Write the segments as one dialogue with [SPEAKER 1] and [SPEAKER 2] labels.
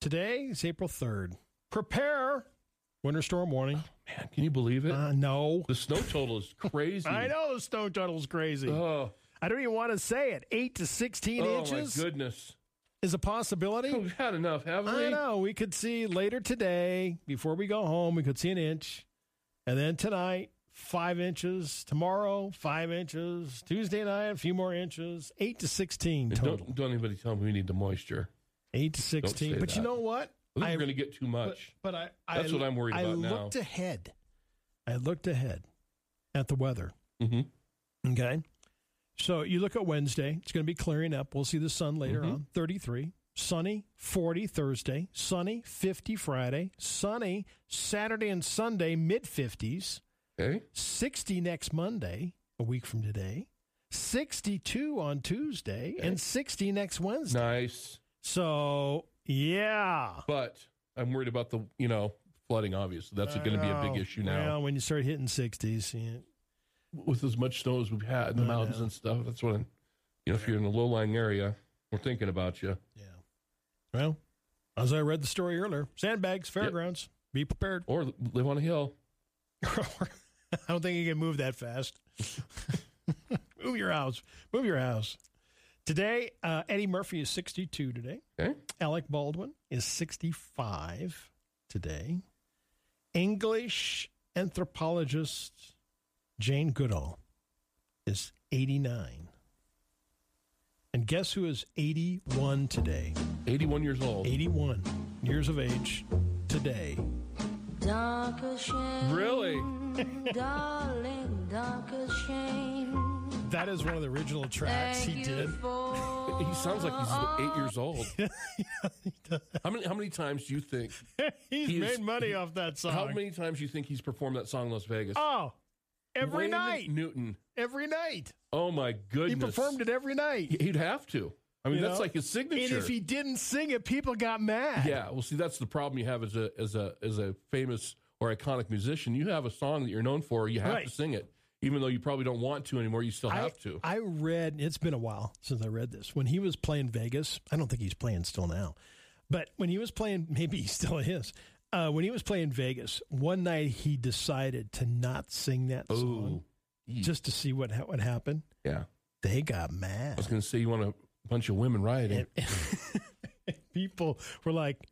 [SPEAKER 1] Today is April 3rd. Prepare. Winter storm warning.
[SPEAKER 2] Man, can you believe it?
[SPEAKER 1] Uh, no.
[SPEAKER 2] the snow total is crazy.
[SPEAKER 1] I know the snow tunnel's crazy.
[SPEAKER 2] Oh,
[SPEAKER 1] I don't even want to say it. 8 to 16
[SPEAKER 2] oh my
[SPEAKER 1] inches
[SPEAKER 2] goodness. Oh,
[SPEAKER 1] is a possibility.
[SPEAKER 2] We've had enough, haven't we?
[SPEAKER 1] I know. We could see later today, before we go home, we could see an inch. And then tonight, five inches. Tomorrow, five inches. Tuesday night, a few more inches. Eight to 16
[SPEAKER 2] And
[SPEAKER 1] total.
[SPEAKER 2] Don't, don't anybody tell me we need the moisture.
[SPEAKER 1] Eight to
[SPEAKER 2] say
[SPEAKER 1] 16. But you
[SPEAKER 2] that.
[SPEAKER 1] know what?
[SPEAKER 2] I think
[SPEAKER 1] I-
[SPEAKER 2] we're going to get too
[SPEAKER 1] But,
[SPEAKER 2] much.
[SPEAKER 1] but I, I.
[SPEAKER 2] That's what I'm worried
[SPEAKER 1] I
[SPEAKER 2] about now.
[SPEAKER 1] looked ahead. I looked ahead at the weather.
[SPEAKER 2] hmm
[SPEAKER 1] Okay. So you look at Wednesday, it's going to be clearing up. We'll see the sun later
[SPEAKER 2] Mhm.
[SPEAKER 1] on. 33, sunny, 40 Thursday, sunny, 50 Friday, sunny Saturday and Sunday, mid 50s,
[SPEAKER 2] Okay.
[SPEAKER 1] 60 next Monday, a week from today, 62 on Tuesday,
[SPEAKER 2] Okay.
[SPEAKER 1] and 60 next Wednesday.
[SPEAKER 2] Nice.
[SPEAKER 1] So, yeah.
[SPEAKER 2] But I'm worried about the, you know, flooding, obviously. That's
[SPEAKER 1] I
[SPEAKER 2] going to be a
[SPEAKER 1] know.
[SPEAKER 2] big issue now.
[SPEAKER 1] uh, Well, when you start hitting 60s, yeah.
[SPEAKER 2] With as much snow as we've had in the
[SPEAKER 1] I
[SPEAKER 2] mountains
[SPEAKER 1] know.
[SPEAKER 2] and stuff, that's what, I'm- you know, if you're in a low lying area, we're thinking about you.
[SPEAKER 1] Yeah. Well, as I read the story earlier, sandbags, fairgrounds, be prepared.
[SPEAKER 2] Or live on a hill.
[SPEAKER 1] I don't think you can move that fast. move your house. Move your house. Today, uh, Eddie Murphy is 62 today.
[SPEAKER 2] Okay.
[SPEAKER 1] Alec Baldwin is 65 today. English anthropologist Jane Goodall is 89. And guess who is 81 today?
[SPEAKER 2] 81 years old.
[SPEAKER 1] 81 years of age today.
[SPEAKER 3] Dark as shame,
[SPEAKER 2] Really?
[SPEAKER 3] darling, dark as shame.
[SPEAKER 1] That is one of the original tracks
[SPEAKER 3] Thank
[SPEAKER 1] he
[SPEAKER 3] you
[SPEAKER 1] did.
[SPEAKER 3] for
[SPEAKER 2] He sounds like he's eight years old. how many how many times do you think
[SPEAKER 1] He's
[SPEAKER 2] He is-
[SPEAKER 1] made money off that song.
[SPEAKER 2] how many times do you think he's performed that song in Las Vegas?
[SPEAKER 1] Oh, every
[SPEAKER 2] Wayne
[SPEAKER 1] night.
[SPEAKER 2] Newton.
[SPEAKER 1] Every night.
[SPEAKER 2] Oh my
[SPEAKER 1] He
[SPEAKER 2] goodness.
[SPEAKER 1] performed it every night.
[SPEAKER 2] He'd have to. I mean,
[SPEAKER 1] You
[SPEAKER 2] that's
[SPEAKER 1] know?
[SPEAKER 2] like his
[SPEAKER 1] And
[SPEAKER 2] signature.
[SPEAKER 1] if he didn't sing it, people got mad.
[SPEAKER 2] yeah. Well, see, that's the problem you have as a as a as a famous or iconic musician. You have a song that you're known for. You have
[SPEAKER 1] Right.
[SPEAKER 2] to sing it, even though you probably don't want to anymore. You still
[SPEAKER 1] I,
[SPEAKER 2] have to.
[SPEAKER 1] I read, it's been a while since I read this. When he was playing Vegas, I don't think he's playing still now, but when he was playing, maybe he still is. Uh, when he was playing Vegas, one night he decided to not sing that song
[SPEAKER 2] Oh,
[SPEAKER 1] just to see what ha- would happen.
[SPEAKER 2] yeah. I
[SPEAKER 1] They got
[SPEAKER 2] was
[SPEAKER 1] mad.
[SPEAKER 2] going to say you want a bunch of women rioting.
[SPEAKER 1] And, people were like,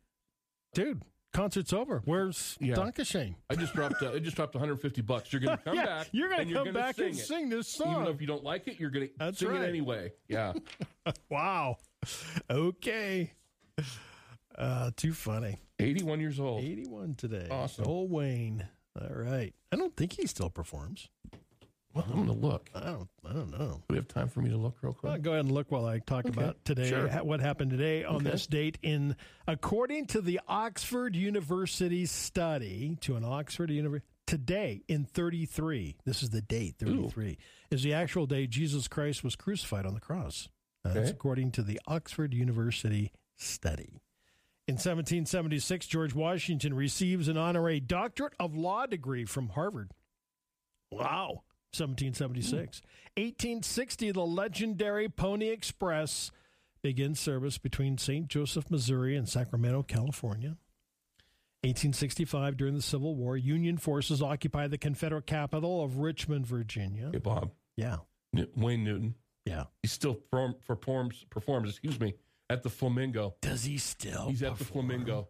[SPEAKER 1] dude, concert's over. Where's
[SPEAKER 2] Yeah.
[SPEAKER 1] Donkashane?
[SPEAKER 2] I just dropped. Uh, I just dropped 150 bucks. You're going to come
[SPEAKER 1] yeah,
[SPEAKER 2] back.
[SPEAKER 1] You're gonna
[SPEAKER 2] and
[SPEAKER 1] come
[SPEAKER 2] gonna
[SPEAKER 1] back
[SPEAKER 2] sing
[SPEAKER 1] and
[SPEAKER 2] it.
[SPEAKER 1] sing this
[SPEAKER 2] Even
[SPEAKER 1] song.
[SPEAKER 2] if you don't like it, you're going to
[SPEAKER 1] That's
[SPEAKER 2] sing
[SPEAKER 1] right.
[SPEAKER 2] it anyway. Yeah.
[SPEAKER 1] wow. Okay. Uh, too funny.
[SPEAKER 2] 81 years old.
[SPEAKER 1] 81 today.
[SPEAKER 2] Awesome.
[SPEAKER 1] Old Wayne. All right. I don't think he still performs.
[SPEAKER 2] Well, I'm going to look. Do
[SPEAKER 1] I don't. I don't know.
[SPEAKER 2] we have time for me to look real
[SPEAKER 1] Well,
[SPEAKER 2] quick?
[SPEAKER 1] go ahead and look while I talk about today.
[SPEAKER 2] sure.
[SPEAKER 1] ha- What happened today on
[SPEAKER 2] Okay.
[SPEAKER 1] this date? In according to the Oxford University study, to an Oxford University today in 33. This is the date. 33 is the actual day Jesus Christ was crucified on the cross. Uh, That's
[SPEAKER 2] Okay.
[SPEAKER 1] according to the Oxford University study. In 1776, George Washington receives an honorary doctorate of law degree from Harvard. Wow. 1776. 1860, the legendary Pony Express begins service between St. Joseph, Missouri and Sacramento, California. 1865, during the Civil War, Union forces occupy the Confederate capital of Richmond, Virginia.
[SPEAKER 2] Hey, Bob.
[SPEAKER 1] Yeah.
[SPEAKER 2] N- Wayne Newton.
[SPEAKER 1] Yeah.
[SPEAKER 2] He still perform, performs, performs, excuse me, at the Flamingo.
[SPEAKER 1] Does he still?
[SPEAKER 2] He's at the Flamingo.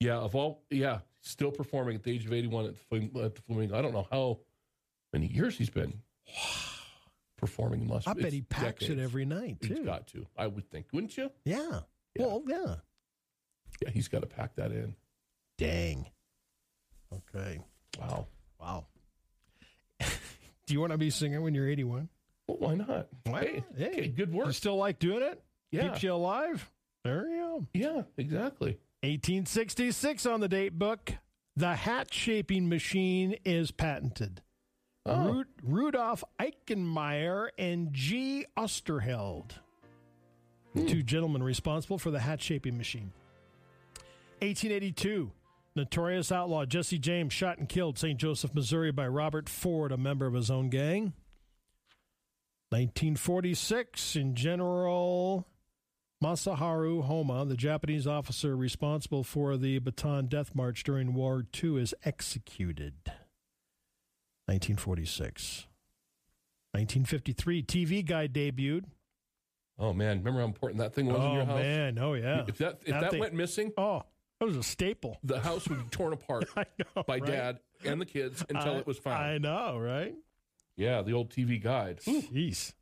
[SPEAKER 2] Yeah, of all, yeah, still performing at the age of 81 at the, Flam- at the Flamingo. I don't know how many years he's been performing in Las
[SPEAKER 1] I bet
[SPEAKER 2] it's
[SPEAKER 1] he packs it
[SPEAKER 2] decades.
[SPEAKER 1] every night,
[SPEAKER 2] He's
[SPEAKER 1] too.
[SPEAKER 2] got to. I would think, wouldn't you?
[SPEAKER 1] yeah.
[SPEAKER 2] Yeah.
[SPEAKER 1] Well, yeah.
[SPEAKER 2] Yeah, he's got to pack that in.
[SPEAKER 1] Dang. Okay.
[SPEAKER 2] Wow.
[SPEAKER 1] Wow. Do you want to be singing when you're 81?
[SPEAKER 2] Well, why not?
[SPEAKER 1] Why
[SPEAKER 2] Hey,
[SPEAKER 1] not? Hey.
[SPEAKER 2] okay, good work.
[SPEAKER 1] You still like doing it?
[SPEAKER 2] Yeah.
[SPEAKER 1] Keeps you alive? There you go.
[SPEAKER 2] yeah, exactly.
[SPEAKER 1] 1866 on the date book. The hat shaping machine is patented.
[SPEAKER 2] Oh.
[SPEAKER 1] Ru- Rudolf Eichenmeyer and G. Osterheld, the two gentlemen responsible for the hat shaping machine. 1882, notorious outlaw Jesse James shot and killed St. Joseph, Missouri by Robert Ford, a member of his own gang. 1946, in General Masaharu Homa, the Japanese officer responsible for the Bataan Death March during World War II, is executed. 1946. 1953, TV Guide debuted.
[SPEAKER 2] Oh man, remember how important that thing was in your
[SPEAKER 1] oh,
[SPEAKER 2] house?
[SPEAKER 1] man. Oh, yeah.
[SPEAKER 2] If that if
[SPEAKER 1] That
[SPEAKER 2] that,
[SPEAKER 1] thing-
[SPEAKER 2] went missing,
[SPEAKER 1] Oh, that was a staple.
[SPEAKER 2] the house would be torn apart
[SPEAKER 1] I know.
[SPEAKER 2] by
[SPEAKER 1] right?
[SPEAKER 2] dad and the kids until
[SPEAKER 1] I-
[SPEAKER 2] it was found.
[SPEAKER 1] I know, right?
[SPEAKER 2] yeah, the old TV guide. Ooh.
[SPEAKER 1] Jeez.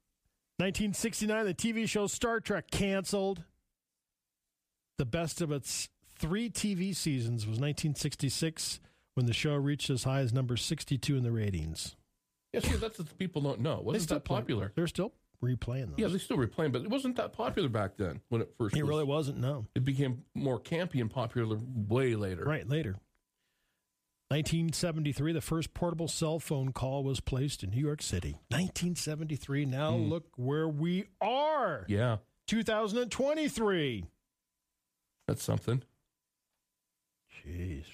[SPEAKER 1] 1969, the TV show Star Trek canceled. The best of its three TV seasons was 1966 when the show reached as high as number 62 in the ratings.
[SPEAKER 2] Yeah, see, that's what people don't know.
[SPEAKER 1] They
[SPEAKER 2] Wasn't
[SPEAKER 1] still
[SPEAKER 2] that
[SPEAKER 1] play-
[SPEAKER 2] popular?
[SPEAKER 1] they're still replaying those.
[SPEAKER 2] Yeah, they still replaying, but it wasn't that popular back then when it first.
[SPEAKER 1] it
[SPEAKER 2] was-
[SPEAKER 1] really wasn't, no.
[SPEAKER 2] It became more campy and popular way later.
[SPEAKER 1] Right, later. 1973, the first portable cell phone call was placed in New York City. 1973, now
[SPEAKER 2] Hmm.
[SPEAKER 1] look where we are.
[SPEAKER 2] Yeah,
[SPEAKER 1] 2023.
[SPEAKER 2] that's something.
[SPEAKER 1] Jeez.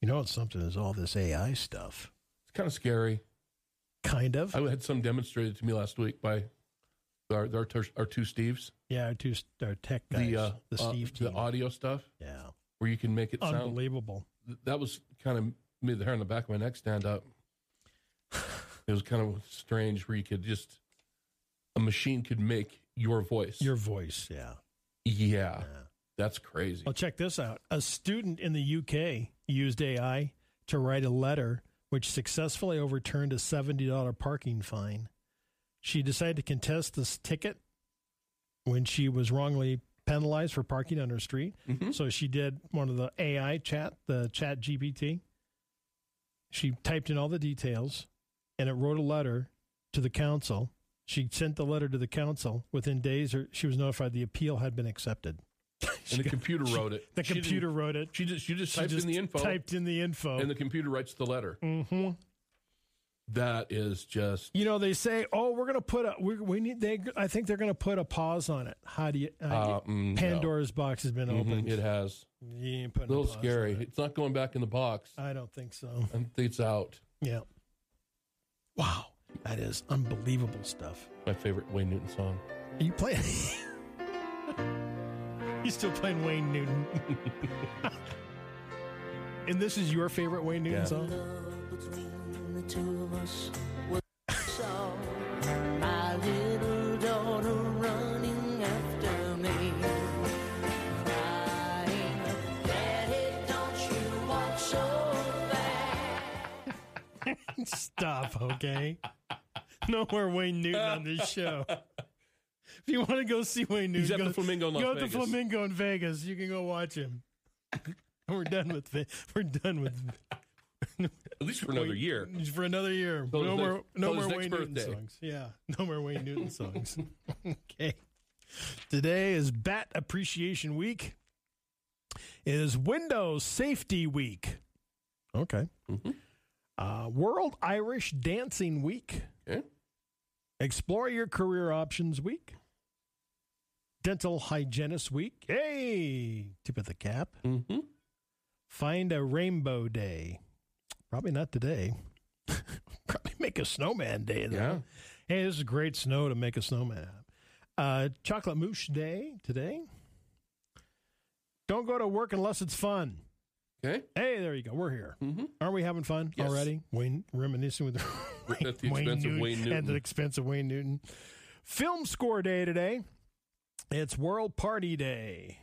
[SPEAKER 1] You know what's something is all this AI stuff.
[SPEAKER 2] It's kind of scary.
[SPEAKER 1] Kind of.
[SPEAKER 2] I had some demonstrated to me last week by our our, ter- our two Steves.
[SPEAKER 1] yeah, our two our tech guys,
[SPEAKER 2] the uh,
[SPEAKER 1] the
[SPEAKER 2] uh,
[SPEAKER 1] Steve team.
[SPEAKER 2] the audio stuff
[SPEAKER 1] yeah.
[SPEAKER 2] where you can make it sound.
[SPEAKER 1] Unbelievable.
[SPEAKER 2] That was kind of made the hair on the back of my neck stand up. it was kind of strange where you could just a machine could make your voice.
[SPEAKER 1] Your voice, yeah.
[SPEAKER 2] yeah,
[SPEAKER 1] yeah.
[SPEAKER 2] that's crazy.
[SPEAKER 1] Well, check this out. A student in the UK used AI to write a letter which successfully overturned a $70 parking fine. She decided to contest this ticket when she was wrongly penalized for parking on her street.
[SPEAKER 2] Mhm.
[SPEAKER 1] So she did one of the AI chat, the chat GPT. She typed in all the details and it wrote a letter to the council. She sent the letter to the council. Within days, or she was notified the appeal had been accepted.
[SPEAKER 2] And the computer wrote it.
[SPEAKER 1] The
[SPEAKER 2] She didn't-
[SPEAKER 1] computer wrote it.
[SPEAKER 2] She just she just
[SPEAKER 1] She
[SPEAKER 2] typed
[SPEAKER 1] just
[SPEAKER 2] in the info,
[SPEAKER 1] Typed in the info.
[SPEAKER 2] and the computer writes the letter.
[SPEAKER 1] hmm
[SPEAKER 2] That is just
[SPEAKER 1] You know, they say, "Oh, we're going to put a we, we need they I think they're going to put a pause on it." How do you? how do you-
[SPEAKER 2] uh, mm, no.
[SPEAKER 1] Pandora's box has been
[SPEAKER 2] Mhm,
[SPEAKER 1] opened.
[SPEAKER 2] It has
[SPEAKER 1] You ain't
[SPEAKER 2] a
[SPEAKER 1] putting
[SPEAKER 2] little
[SPEAKER 1] pause on
[SPEAKER 2] scary.
[SPEAKER 1] it.
[SPEAKER 2] It's not going back in the box.
[SPEAKER 1] I don't think so.
[SPEAKER 2] I think it's out.
[SPEAKER 1] Yeah. Wow, that is unbelievable stuff.
[SPEAKER 2] My favorite Wayne Newton song.
[SPEAKER 1] Are you playing? you still playing Wayne Newton? and this is your favorite Wayne Newton
[SPEAKER 2] Yeah.
[SPEAKER 1] song?
[SPEAKER 3] Love between the two of us was so. My little daughter running after me, crying, Daddy, don't you walk so fast.
[SPEAKER 1] Stop, okay? No more Wayne Newton on this show. If you want to go see Wayne Newton,
[SPEAKER 2] He's at
[SPEAKER 1] go,
[SPEAKER 2] the Flamingo in Las
[SPEAKER 1] go
[SPEAKER 2] Vegas.
[SPEAKER 1] to Flamingo in Vegas. You can go watch him. We're done with Ve- we're done with
[SPEAKER 2] At least for another year.
[SPEAKER 1] for another year.
[SPEAKER 2] Till
[SPEAKER 1] no
[SPEAKER 2] his
[SPEAKER 1] more,
[SPEAKER 2] next-
[SPEAKER 1] no
[SPEAKER 2] till
[SPEAKER 1] more
[SPEAKER 2] his
[SPEAKER 1] Wayne
[SPEAKER 2] next
[SPEAKER 1] Newton
[SPEAKER 2] birthday.
[SPEAKER 1] songs. Yeah, no more Wayne Newton songs. okay. Today is Bat Appreciation Week. It is Windows Safety Week. Okay.
[SPEAKER 2] Mhm.
[SPEAKER 1] Uh, World Irish Dancing Week.
[SPEAKER 2] Okay.
[SPEAKER 1] Explore Your Career Options Week. Dental Hygienist Week. Hey, tip of the cap.
[SPEAKER 2] Mm-hmm.
[SPEAKER 1] Find a Rainbow Day. Probably not today. Probably make a snowman day. Though.
[SPEAKER 2] Yeah.
[SPEAKER 1] Hey, this is great snow to make a snowman out. Uh, chocolate mousse day today. Don't go to work unless it's fun.
[SPEAKER 2] Okay.
[SPEAKER 1] Hey, there you go. We're here.
[SPEAKER 2] Mm-hmm.
[SPEAKER 1] Aren't we having fun
[SPEAKER 2] Yes.
[SPEAKER 1] already? Wayne reminiscing with
[SPEAKER 2] At the expense of Wayne
[SPEAKER 1] At the
[SPEAKER 2] Newton.
[SPEAKER 1] expense of Wayne Newton. Film score day today. It's World Party Day.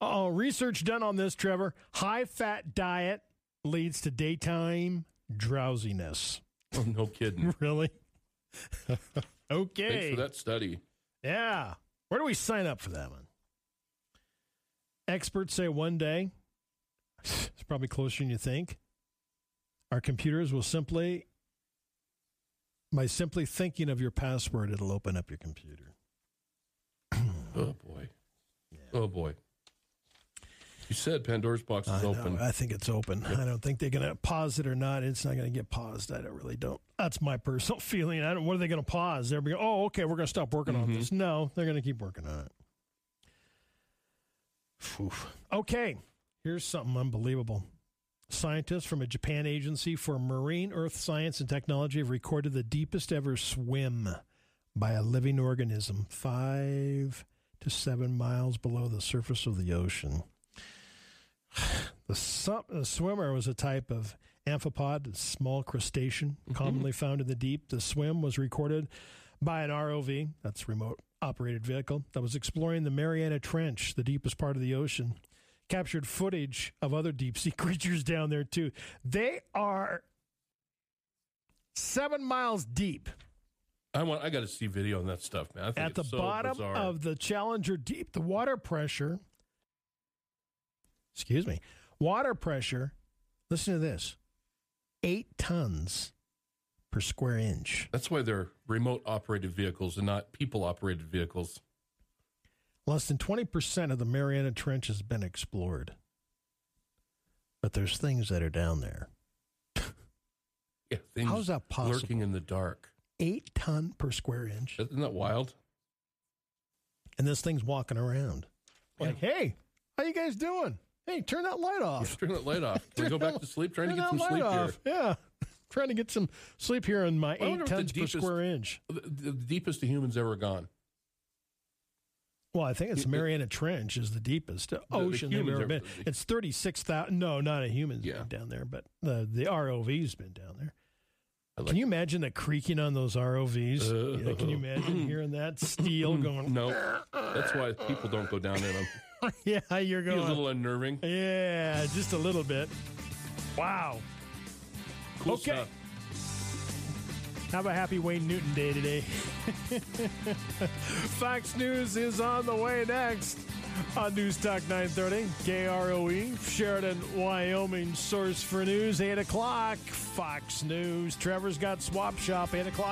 [SPEAKER 1] Oh, research done on this, Trevor. High fat diet leads to daytime drowsiness.
[SPEAKER 2] Oh, no kidding.
[SPEAKER 1] Really?
[SPEAKER 2] Thanks
[SPEAKER 1] okay.
[SPEAKER 2] for that study.
[SPEAKER 1] Yeah. Where do we sign up for that one? Experts say one day, it's probably closer than you think, our computers will simply, by simply thinking of your password, it'll open up your computer.
[SPEAKER 2] Oh boy. Oh boy. You said Pandora's box is
[SPEAKER 1] I know.
[SPEAKER 2] open.
[SPEAKER 1] I think it's open. I don't think they're going to pause it or not. It's not going to get paused. I don't really don't. That's my personal feeling. I don't. What are they going to pause? They're going. Oh, okay. We're going to stop working on
[SPEAKER 2] Mhm.
[SPEAKER 1] this. No, they're going to keep working on it. Phew. Okay. Here's something unbelievable. Scientists from a Japan agency for marine earth science and technology have recorded the deepest ever swim by a living organism, five to seven miles below the surface of the ocean. The, su- the swimmer was a type of amphipod, a small crustacean commonly found in the deep. The swim was recorded by an ROV, that's remote operated vehicle, that was exploring the Mariana Trench, the deepest part of the ocean. Captured footage of other deep sea creatures down there too. They are seven miles deep
[SPEAKER 2] I want. I got to see video on that stuff, man. I think
[SPEAKER 1] at the
[SPEAKER 2] it's so
[SPEAKER 1] bottom
[SPEAKER 2] bizarre.
[SPEAKER 1] of the Challenger Deep, the water pressure, excuse me, water pressure, listen to this, eight tons per square inch.
[SPEAKER 2] That's why they're remote operated vehicles and not people operated vehicles.
[SPEAKER 1] Less than 20% of the Mariana Trench has been explored. But there's things that are down there.
[SPEAKER 2] Yeah, things
[SPEAKER 1] How's that possible?
[SPEAKER 2] Lurking in the dark.
[SPEAKER 1] Eight ton per square inch.
[SPEAKER 2] Isn't that wild?
[SPEAKER 1] And this thing's walking around. Like, hey, how you guys doing? Hey, turn that light off.
[SPEAKER 2] Turn that light off. Can we go
[SPEAKER 1] Turn
[SPEAKER 2] back
[SPEAKER 1] that-
[SPEAKER 2] to sleep. Trying to
[SPEAKER 1] Turn
[SPEAKER 2] get some
[SPEAKER 1] that light
[SPEAKER 2] sleep here.
[SPEAKER 1] off. Yeah. Trying to get some sleep here on my
[SPEAKER 2] I
[SPEAKER 1] eight
[SPEAKER 2] wonder if the
[SPEAKER 1] tons per
[SPEAKER 2] deepest-
[SPEAKER 1] square inch.
[SPEAKER 2] The, the deepest the humans ever gone.
[SPEAKER 1] Well, I think it's
[SPEAKER 2] It- it-
[SPEAKER 1] Mariana Trench is the deepest
[SPEAKER 2] the
[SPEAKER 1] ocean they've
[SPEAKER 2] humans
[SPEAKER 1] ever
[SPEAKER 2] are-
[SPEAKER 1] been. It's thirty six thousand. No, not a human's
[SPEAKER 2] Yeah.
[SPEAKER 1] been down there, but the the ROV's been down there.
[SPEAKER 2] I like-
[SPEAKER 1] Can you imagine the creaking on those ROVs?
[SPEAKER 2] Uh,
[SPEAKER 1] Yeah, can you imagine hearing that steel going?
[SPEAKER 2] No, that's why people don't go down in them.
[SPEAKER 1] yeah, you're
[SPEAKER 2] Be a
[SPEAKER 1] going.
[SPEAKER 2] little unnerving.
[SPEAKER 1] yeah, just a little bit. Wow.
[SPEAKER 2] Cool
[SPEAKER 1] Okay.
[SPEAKER 2] stuff.
[SPEAKER 1] Have a happy Wayne Newton day today. Fox News is on the way next on News Talk 930, KROE, E, Sheridan, Wyoming, source for news, 8 o'clock, Fox News. Trevor's got Swap Shop, 8 o'clock.